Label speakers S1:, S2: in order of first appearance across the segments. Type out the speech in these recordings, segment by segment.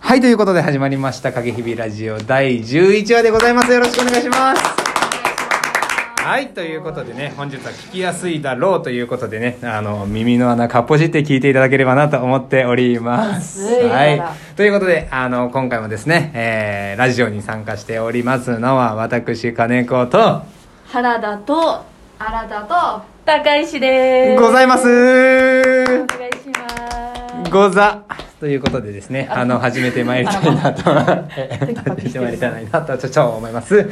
S1: はい、ということで始まりました、影日々ラジオ第11話でございます。よろしくお願いします。はい、ということでね、本日は聞きやすいだろうということでね、あの、耳の穴かっぽじって聞いていただければなと思っております。
S2: 暑いから
S1: はい。ということで、あの、今回もですね、えー、ラジオに参加しておりますのは、私、金子と、
S2: 原田と
S3: 新田と
S2: 高石です
S1: ございます
S2: お願いします
S1: ござということでですね、あの、始めてまいりたいなと、始めてまいりたいなと、ちょ、ちょ、思います。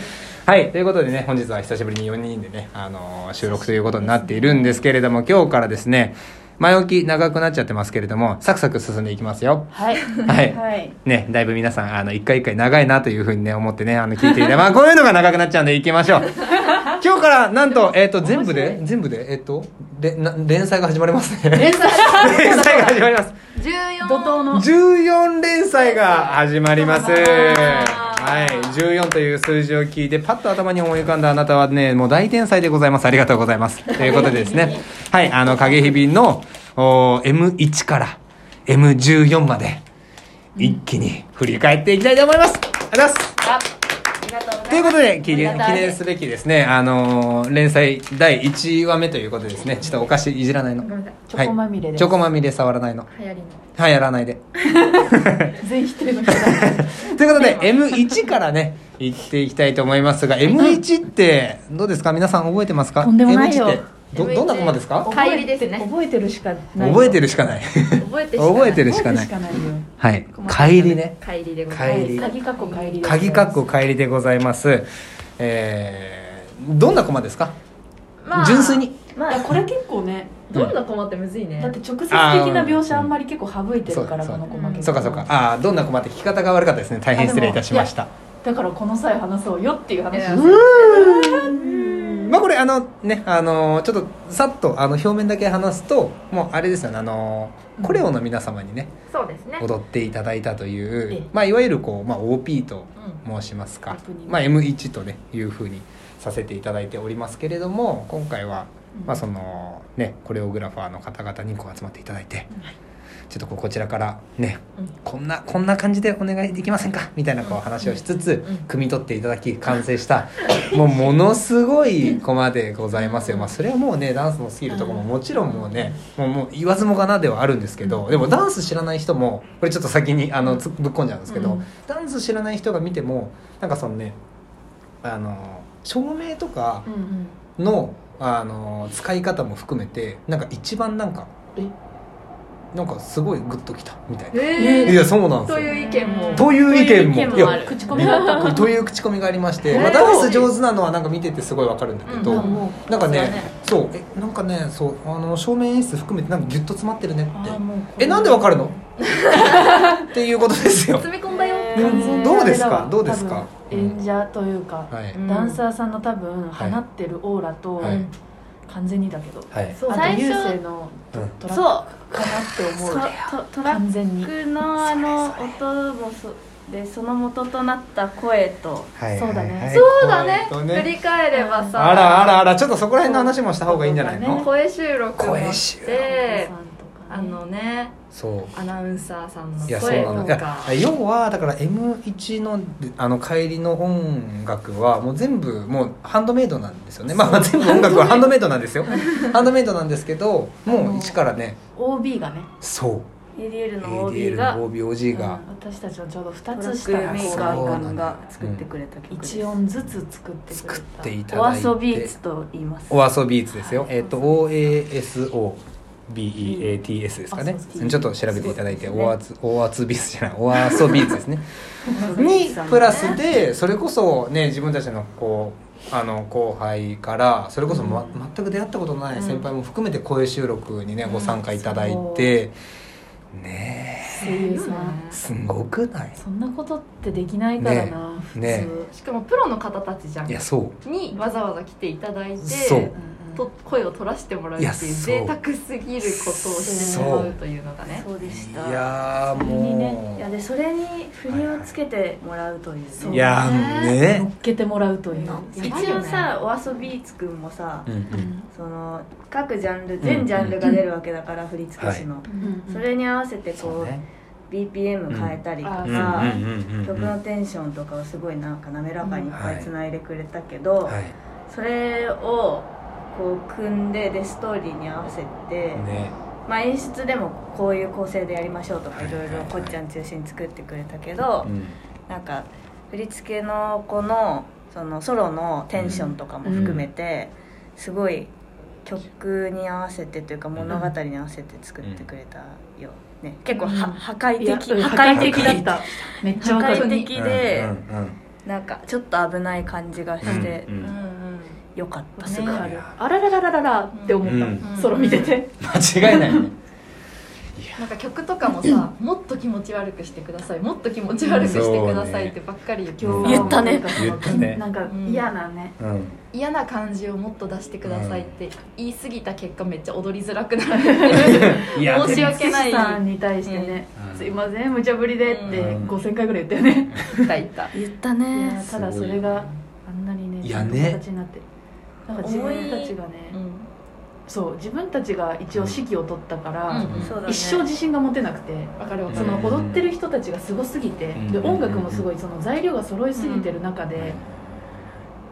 S1: はい、ということでね、本日は久しぶりに4人でね、あの、収録ということになっているんですけれども、今日からですね、前置き長くなっちゃってますけれども、サクサク進んでいきますよ。
S2: はい
S1: はい
S2: はい
S1: ね、だいぶ皆さん、あの、一回一回長いなというふうにね、思ってね、あの、聞いていて、まあ、こういうのが長くなっちゃうんで、行きま しょう。今日から、なんと、えっ、と、全部で、全部で、えっ、と、れな連載が始まりますね。連載 連載が始まります。
S3: 14
S2: 怒涛の
S1: 14連載が始まります。
S3: わー
S1: はい。14という数字を聞いて、パッと頭に思い浮かんだあなたはね、もう大天才でございます。ありがとうございます。ということでです ね。はい。あの、影日々の、おー M1 から M14 まで、一気に振り返っていきたいと思います。ありがとうございます。
S2: あありがとうご
S1: と
S2: ざ
S1: い
S2: いうま
S1: こ
S2: す
S1: とで記念
S2: ありが
S1: 記
S2: たい
S1: 念すべきですねあのー連載第1話目ということでですねちょっとお菓子いじらないの
S3: めんなさい
S2: チョコまみれです
S1: チョコまみれ触らないの
S3: 流行りの
S1: はいやらないで
S2: 全否定の人 だ
S1: ということで M1 からね行っていきたいと思いますが M1 ってどうですか皆さん覚えてますか
S2: とんでもないよ
S1: M1 ってどどんなコマですか
S3: 帰りですね
S2: 覚えてるしかない
S1: 覚えて
S2: る
S1: るしかない
S3: 覚えてしかない
S1: 覚えてるしかない
S2: 覚えてるしかないよ
S1: はい帰りね
S3: 帰りでござい
S1: 帰り
S2: 鍵かっこ帰りです
S1: 鍵括弧帰りでございますえー、どんなコマですか
S3: まあ
S1: 純粋に
S3: ま
S2: い
S3: あ
S2: やこれ結構ね
S3: どんな困ってむずいね
S2: だって直接的な描写あんまり結構省いてるから
S1: あー
S2: この駒
S3: うん
S1: そうかそうかああどんなコマって聞き方が悪かったですね大変失礼いたしました
S2: だからこの際話そうよっていう話
S3: いや
S1: まあこれあのねあのーちょっとさっとあの表面だけ話すともうあれですよねあのーコレオの皆様にね
S3: そうですね
S1: 踊っていただいたとい
S2: え
S1: う
S2: え
S1: まあいわゆるこうまあ OP と申しますか
S2: オープニング
S1: まあ M1 とねいうふうにさせていただいておりますけれども今回はまあそのねコレオグラファーの方々にこう集まっていただいてちょっとこうこちらからねこんなこんな感じでお願いできませんかみたいなこう話をしつつ
S3: うん
S1: 汲み取っていただき完成したもうものすごいコマでございますよ、まあ、それはもうねダンスのスキルとかももちろんもうねもうもう言わずもがなではあるんですけどでもダンス知らない人もこれちょっと先にあのつぶっ込んじゃうんですけど、
S3: うん
S1: ダンス知らない人が見てもなんかそのねあの照明とか
S2: うんうん
S1: のあの使い方も含めてなんか一番なんか
S2: え
S1: なんかすごいグッときたみたいな。
S3: え
S1: いやそうなんですよ
S3: という意見も
S1: という意見も
S3: という意見
S1: いや
S3: ある
S2: 口コミがあったから
S1: という口コミがありまして、
S3: えー
S1: まあ、ダンス上手なのはなんか見ててすごいわかるんだけど、
S3: うん
S2: あもう
S1: なんか
S3: そう
S1: ね
S3: だね
S1: そうえなんかねそうあの正面演出含めてなんかギュッと詰まってるね
S2: あ
S1: っ
S2: ー
S1: て
S2: もうこれ
S1: えなんでわかるのっていうことですよ
S3: 詰め込んだよ
S1: えー
S2: 全然
S1: どうですか
S2: あれだわ
S1: どうですか
S2: 多分演者というか、
S1: はい、
S3: うん
S2: ダンサーさんの多分放ってるオーラと、
S1: はい
S2: 完全にだけど、
S1: はい
S3: そう
S2: あ
S3: 最
S2: と
S3: 初
S2: 流星の
S1: うん
S2: トラッ
S4: そう
S2: クかなって思
S4: そうとトラッ
S2: 完全に
S4: クのあの音もそでその元となった声と
S1: はい
S2: そうだね
S1: はい
S3: そうだね
S1: えっと
S3: 振り返ればさ
S1: あらあらあらちょっとそこら辺の話もした方がいいんじゃないの、
S2: そうだね
S3: 声収録もし
S2: お父
S3: て
S2: さんとか
S3: あ
S2: ね
S3: のね
S1: そう
S3: アナウンサーさんの
S1: いやそう
S3: 声
S1: なの
S3: と
S1: い
S3: か
S1: や要はだから M1 のあの帰りの音楽はもう全部もうハンドメイドなんですよねまあまあ全部音楽はハンドメイドなんですよハンドメイドなんですけどもう一からね
S2: OB がね、
S1: そう
S4: ADL の OB
S1: ADL
S4: が
S1: の OBOG
S2: うん
S1: が、
S2: 私たちのちょうど2
S4: トラ
S2: つ
S4: ッ
S2: 下
S4: ク
S2: が
S4: メーカ
S1: そう
S4: ー
S1: な
S4: さ
S1: ん
S4: ん
S1: だ
S4: が作ってくれた曲です
S2: 1音ずつ作ってくれた
S1: 作っていた
S4: お
S1: だいて
S4: 遊びーツと言います
S1: お遊びーツですよえっ、と OASO BEATS ですかね
S2: あそう
S1: ちょっと調べていただいて
S4: そうですね
S1: おあつおあつビーツじゃないおあそビーツです ねに
S4: に
S1: プラスでそれこそね自分たちのこうあの後輩からそれこそ、ま全く出会ったことのない先輩も含めて声収録にね、ご参加いただいて、ね
S2: 声優さん
S1: えすごくない
S2: そんなことってできないからな、普通、
S1: ね
S3: しかもプロの方たちじゃん
S1: いやそう
S3: にわざわざ来ていただいて
S1: そう
S2: うんう
S3: と声を取らせてもらうっ
S1: い
S3: て
S1: や
S3: いう
S1: そう
S3: 贅沢すぎることをしてしまうというのがね
S4: そうでした
S1: いやー
S4: それに
S1: も
S4: ね
S1: う
S4: いやでそれに振りをつけてもらうという
S2: そう
S1: いやー
S2: ん乗
S1: ね
S2: っけてもらうという
S3: やばい
S4: 一
S3: よね
S4: 応さお遊びーツくんもさ
S1: うんうん
S4: その各ジャンル全ジャンルが出るわけだから振り付け師の
S2: うん
S4: それに合わせて
S1: そ
S4: こ
S1: う
S4: う
S1: ね
S4: BPM 変えたりと
S2: う
S1: うんうん
S4: か、
S1: うんうん
S4: 曲
S1: うん
S4: のテンションとかをすごいなんか滑らかにいっぱい繋いでくれたけど、
S1: はい
S4: それをこう組んででストーリーに合わせて、
S1: ね
S4: まあ、演出でもこういう構成でやりましょうと
S1: は
S4: か
S1: い
S4: い
S1: はいは
S4: ろ
S1: いい
S4: ろこっちゃん中心に作ってくれたけど、
S1: うん
S4: なんか振り付けの子のそのソロのテンションとかも含めて、すごい曲に合わせてというか物語に合わせて作ってくれたよ、ね、結構は
S2: うん
S4: 破壊
S2: いや
S4: 的破
S2: 破壊
S4: 壊
S2: 的
S4: 的
S2: だっ
S4: だった
S2: めっち
S4: た
S2: ゃわ
S4: 破
S2: か
S4: 壊
S2: る
S4: 的で、
S1: うんうんうん
S4: なんかちょっと危ない感じがして
S1: うん
S3: うん
S1: うん
S3: うん
S4: よかった、
S2: す
S4: す
S2: ご
S4: ご
S2: い
S4: い
S2: あるあららららららって思った、
S1: うん
S2: ソロ見てて、
S1: 間違いないね
S3: なんか曲とかもさもっと気持ち悪くしてくださいもっと気持ち悪くしてくださいってばっかり言って
S1: そう
S3: さ
S4: 言ったね
S1: 言ったね
S2: なんか
S3: うん
S2: 嫌なね、
S1: うん
S3: 嫌な感じをもっと出してくださいって言い過ぎた結果めっちゃ踊りづらくなってる
S1: いや
S3: 申し訳
S2: 寿
S3: な
S2: 司
S3: い
S2: さんに対してね、
S1: うん
S2: すいません無茶ぶりでって
S1: うん
S2: 5000回ぐらい言ったよね、
S3: いたいた
S4: 言っ
S2: い
S4: た
S2: や
S4: ね
S2: ただそれがあんなにね
S1: い
S2: ち
S1: や
S2: ゃんと
S1: ね
S2: 形になってるなんか自分たちがね、
S3: うん
S2: そう自分たちが一応指揮を取ったから、
S3: うん
S1: うん
S4: そうだね
S2: 一生自信が持てなくて
S3: わかるわか
S2: そ
S3: る
S2: の踊ってる人たちがすごすぎて、
S1: うん
S2: で音楽もすごいその材料が揃いすぎてる中で、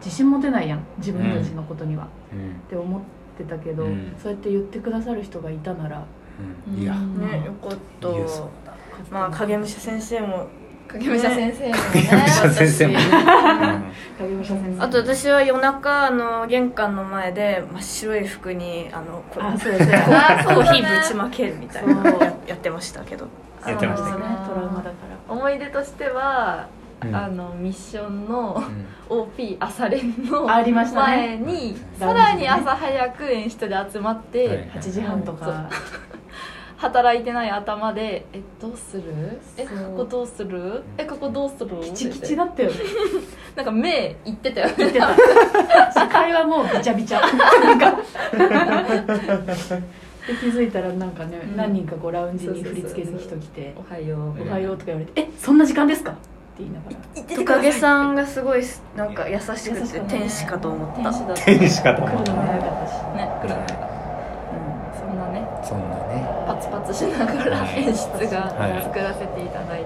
S2: 自信持てないやん自分たちのことには、
S1: うん
S2: って思ってたけど、
S1: うん
S2: そうやって言ってくださる人がいたなら
S1: うんいや
S3: うん
S4: ねよかっ
S1: いやそう
S4: たまあ影武者先生も
S3: 影武者先生も
S1: 影武者
S3: ね
S1: 先生も
S2: 影武者先生
S4: あと私は夜中あの玄関の前で真っ白い服にあのこう
S2: あそうやそう や
S3: あ
S4: コ
S3: そう
S4: ー
S3: だ
S4: ヒーぶちまけるみたいなのをややってましたけど
S1: やってました
S2: そう
S1: ね
S2: ねトラウマだから
S3: 思い出としては
S1: うん
S3: あのミッションの
S1: うん
S3: OP 朝練の
S2: ありました
S3: 前
S2: ね
S3: にさらに朝早く演出で集まっ
S1: はい
S3: て
S2: 8時半とか
S3: 働いてない頭で「えどうするえこ
S4: そう
S3: こどうするえここどうする?」
S2: キチキチだったよね
S3: なんか目いってたよね
S2: 言ってた視界はもうびちゃびちゃなんかで気づいたらなんかね、
S3: うん
S2: 何人かこうラウンジに振り付けの人来て
S3: おはよう
S2: 「おはよう」とか言われて「えそんな時間ですか?」って言いながら
S4: トカゲさんがすごいなんか優し
S2: 優
S4: く
S2: しか
S4: て
S2: ったね
S4: 天使かと思った、
S3: 天使だった
S1: 天使かと
S2: 来
S1: 思
S2: る
S1: っ
S2: のも早かったし
S3: ね黒かった
S4: う
S3: そんなね
S1: たそんなね
S3: パツパツしながら
S1: はい
S3: 演出が
S1: はい
S3: 作らせていただい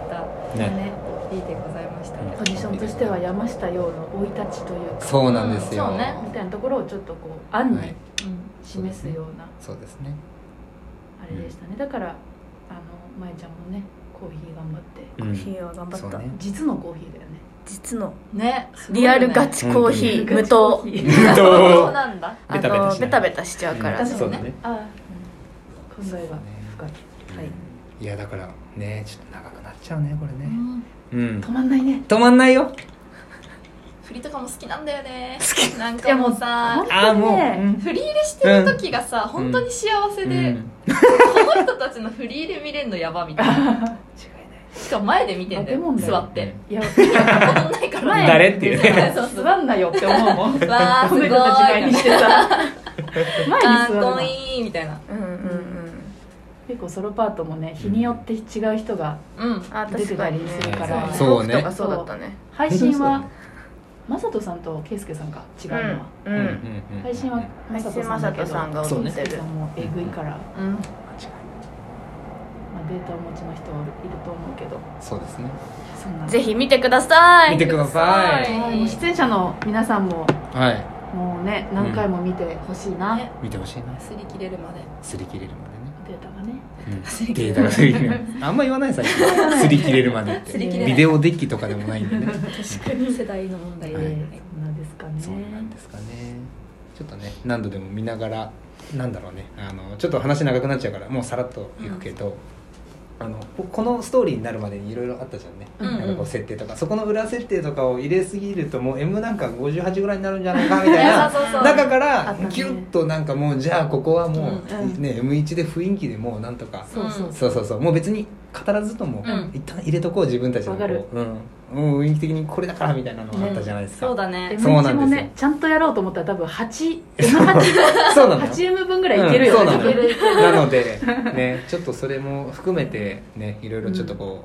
S1: ね
S3: た
S2: ね
S3: OP でございましたけど
S2: ポジションとしては山下洋の生い立ちというか
S1: そうなんですよ
S3: そうね
S2: みたいなところをちょっとこう案
S1: は
S2: に
S1: い
S3: うん
S2: 示すような
S1: そうですね
S2: あれでしたねだからあのまえちゃんもねコーヒー頑張って
S1: うん
S4: ん、ヒーは頑張
S1: そ
S4: っ
S1: う
S4: た、
S1: ね
S2: 実のコーヒーだよね
S4: 実の
S3: ね
S4: リアルガチコーヒー、無糖
S1: 無
S3: そう
S1: 糖
S3: なんだ
S4: あのベタベタしちゃうから、
S1: うん
S4: そ
S1: そうだね
S2: ああ考えが深い
S4: はい
S1: いやだからねちょっと長くなっちゃうねこれ
S3: う
S1: ね
S3: ん
S1: うん
S2: 止まんないね
S1: 止まんないよ
S3: 振りとかも好きなんだよね好きなんかもうさ
S1: ああもううん
S3: 振り入れしてる時がさ本当に幸せ
S1: うん
S3: で
S1: 違い
S3: この人たちの振り入れ見れんのやばみたいなしかも前で見てんだ
S2: あでも
S3: よ
S2: ね
S3: 座って
S2: いや
S3: 踊んないから
S2: 前
S1: 誰っていうね
S3: そうそう
S2: 座んなよって思うもんこ
S3: わー す
S2: の
S3: ごい
S2: 人たち前にしてさ
S3: か
S2: 前
S3: っ
S2: に座る
S3: こ
S2: ない
S3: いみたいな
S4: うんうんうん
S2: 結構ソロパートもね日によって違う人が
S3: うん
S4: あ
S2: 出て
S4: 確
S2: た
S4: か
S2: り
S4: にね
S2: するから
S1: そうそうね
S4: ロフトがそうだったね
S2: 配
S1: ない
S2: 信はマサトさんとケイスケさんか違うのは、
S4: うん
S1: う
S4: うん
S1: うん
S4: ん
S1: うん
S2: 配信はマサトさんだけど
S4: マサトさんが
S1: 踊ってる
S2: ケイスケさんもえぐいから、
S3: うん
S2: まあ、データをお持ちの人はいると思うけど
S1: そうですね
S2: そんな
S4: ぜひ見てください
S1: 見てくださ
S3: はいい
S2: はいもう出演者の皆さんも
S1: は
S2: もうね何回も見てほしいな、
S3: ね
S1: い見てほしいな
S3: 擦り切れるまで
S1: 擦り切れるまでね
S2: データがね
S1: うん
S3: 擦り切
S1: デ
S3: れ
S1: ー
S3: る
S1: タが擦り切れるあんま言わない最 近擦り切れるまでっ
S3: 擦
S1: て
S3: り切れない
S1: ビデオデッキとかでもないんでね
S3: 世代の問題
S2: え
S3: で、
S2: ー
S1: はい
S2: そんなですかね
S1: そうなんですかねちょっとね何度でも見ながらなんだろうねあのちょっと話長くなっちゃうからもうさらっといくけど、あのここのストーリーになるまでにいろいろあったじゃんね、
S3: うんうん
S1: なんかこう設定とかそこの裏設定とかを入れすぎるともう M なんか58ぐらいになるんじゃないかみたい な
S3: そうそうそう
S1: 中か
S2: あ
S1: ら
S2: ったね
S1: ギュッとなんかもうじゃあここはもう、
S2: うんうん
S1: ね M1 で雰囲気でもうなんとか
S2: そうそう
S1: そうそうそうもう別に語らずとも、
S3: うん
S1: 一旦入れとこう自分たちのこ
S2: わかる
S1: う、うん、もう雰囲気的にこれだからみたいなのがあったじゃないですか、
S3: そうだね
S2: M1
S1: そうなんですよ
S2: もねちゃんとやろうと思ったら多分 8M8
S1: そうなのよ
S2: 8M 分ぐらいいけるよ、
S1: うん
S2: ね
S1: そうなの
S2: 自分で
S1: よ なのでねちょっとそれも含めてねいろいろちょっとこ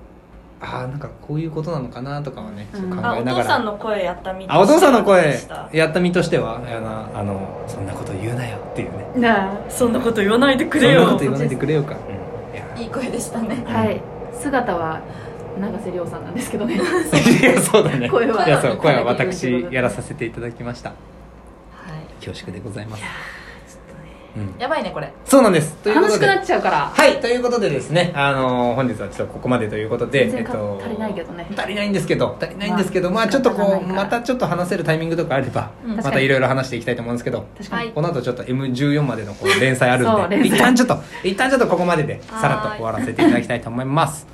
S1: う、ああんかこういうことなのかなとかはねちょっと考
S4: あ
S1: え
S4: お
S1: なが
S4: 父
S1: ら、
S4: さんの声やったみ
S1: あお父さんの
S4: で
S1: 声
S4: した
S1: やった身としてはあのあのそんなこと言うなよっていうね
S2: なあ
S4: そんなこと言わないでく
S1: そ
S4: れ
S1: んなこ
S4: よ
S1: と言わないでくれよか、うんいや
S3: いい声でしたね
S2: はい、そ姿は永瀬亮さんなんですけどね
S1: いや そうだね
S2: 声はい
S1: やそう声は私やらさせていただきました
S3: はい
S1: 恐縮でございます、うん、
S3: やばいねこれ
S1: そうなんですというこ
S2: 楽
S1: と
S2: し
S1: で
S2: くなっちゃうから
S1: はいということでですねあのー本日はちょっとここまでということで
S2: 全然か
S1: えっと
S2: 足りないけどね
S1: 足りないんですけど足りないんですけど、まあちょっと
S2: 仕方
S1: こ
S2: ないうから
S1: またちょっと話せるタイミングとかあれば、
S3: うん
S1: またいろいろ話していきたいと思うんですけど
S2: 確かに、
S3: はい
S1: この後ちょっと M14 までのこう連載ある
S2: そうん
S1: で
S2: 連載
S1: 一旦ちょっと一旦ちょっとここまでで
S3: はい
S1: さらっと終わらせていただきたいと思います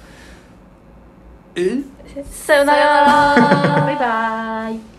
S1: え
S4: さよな
S3: さよ
S4: ら
S3: なら
S2: バイバーイ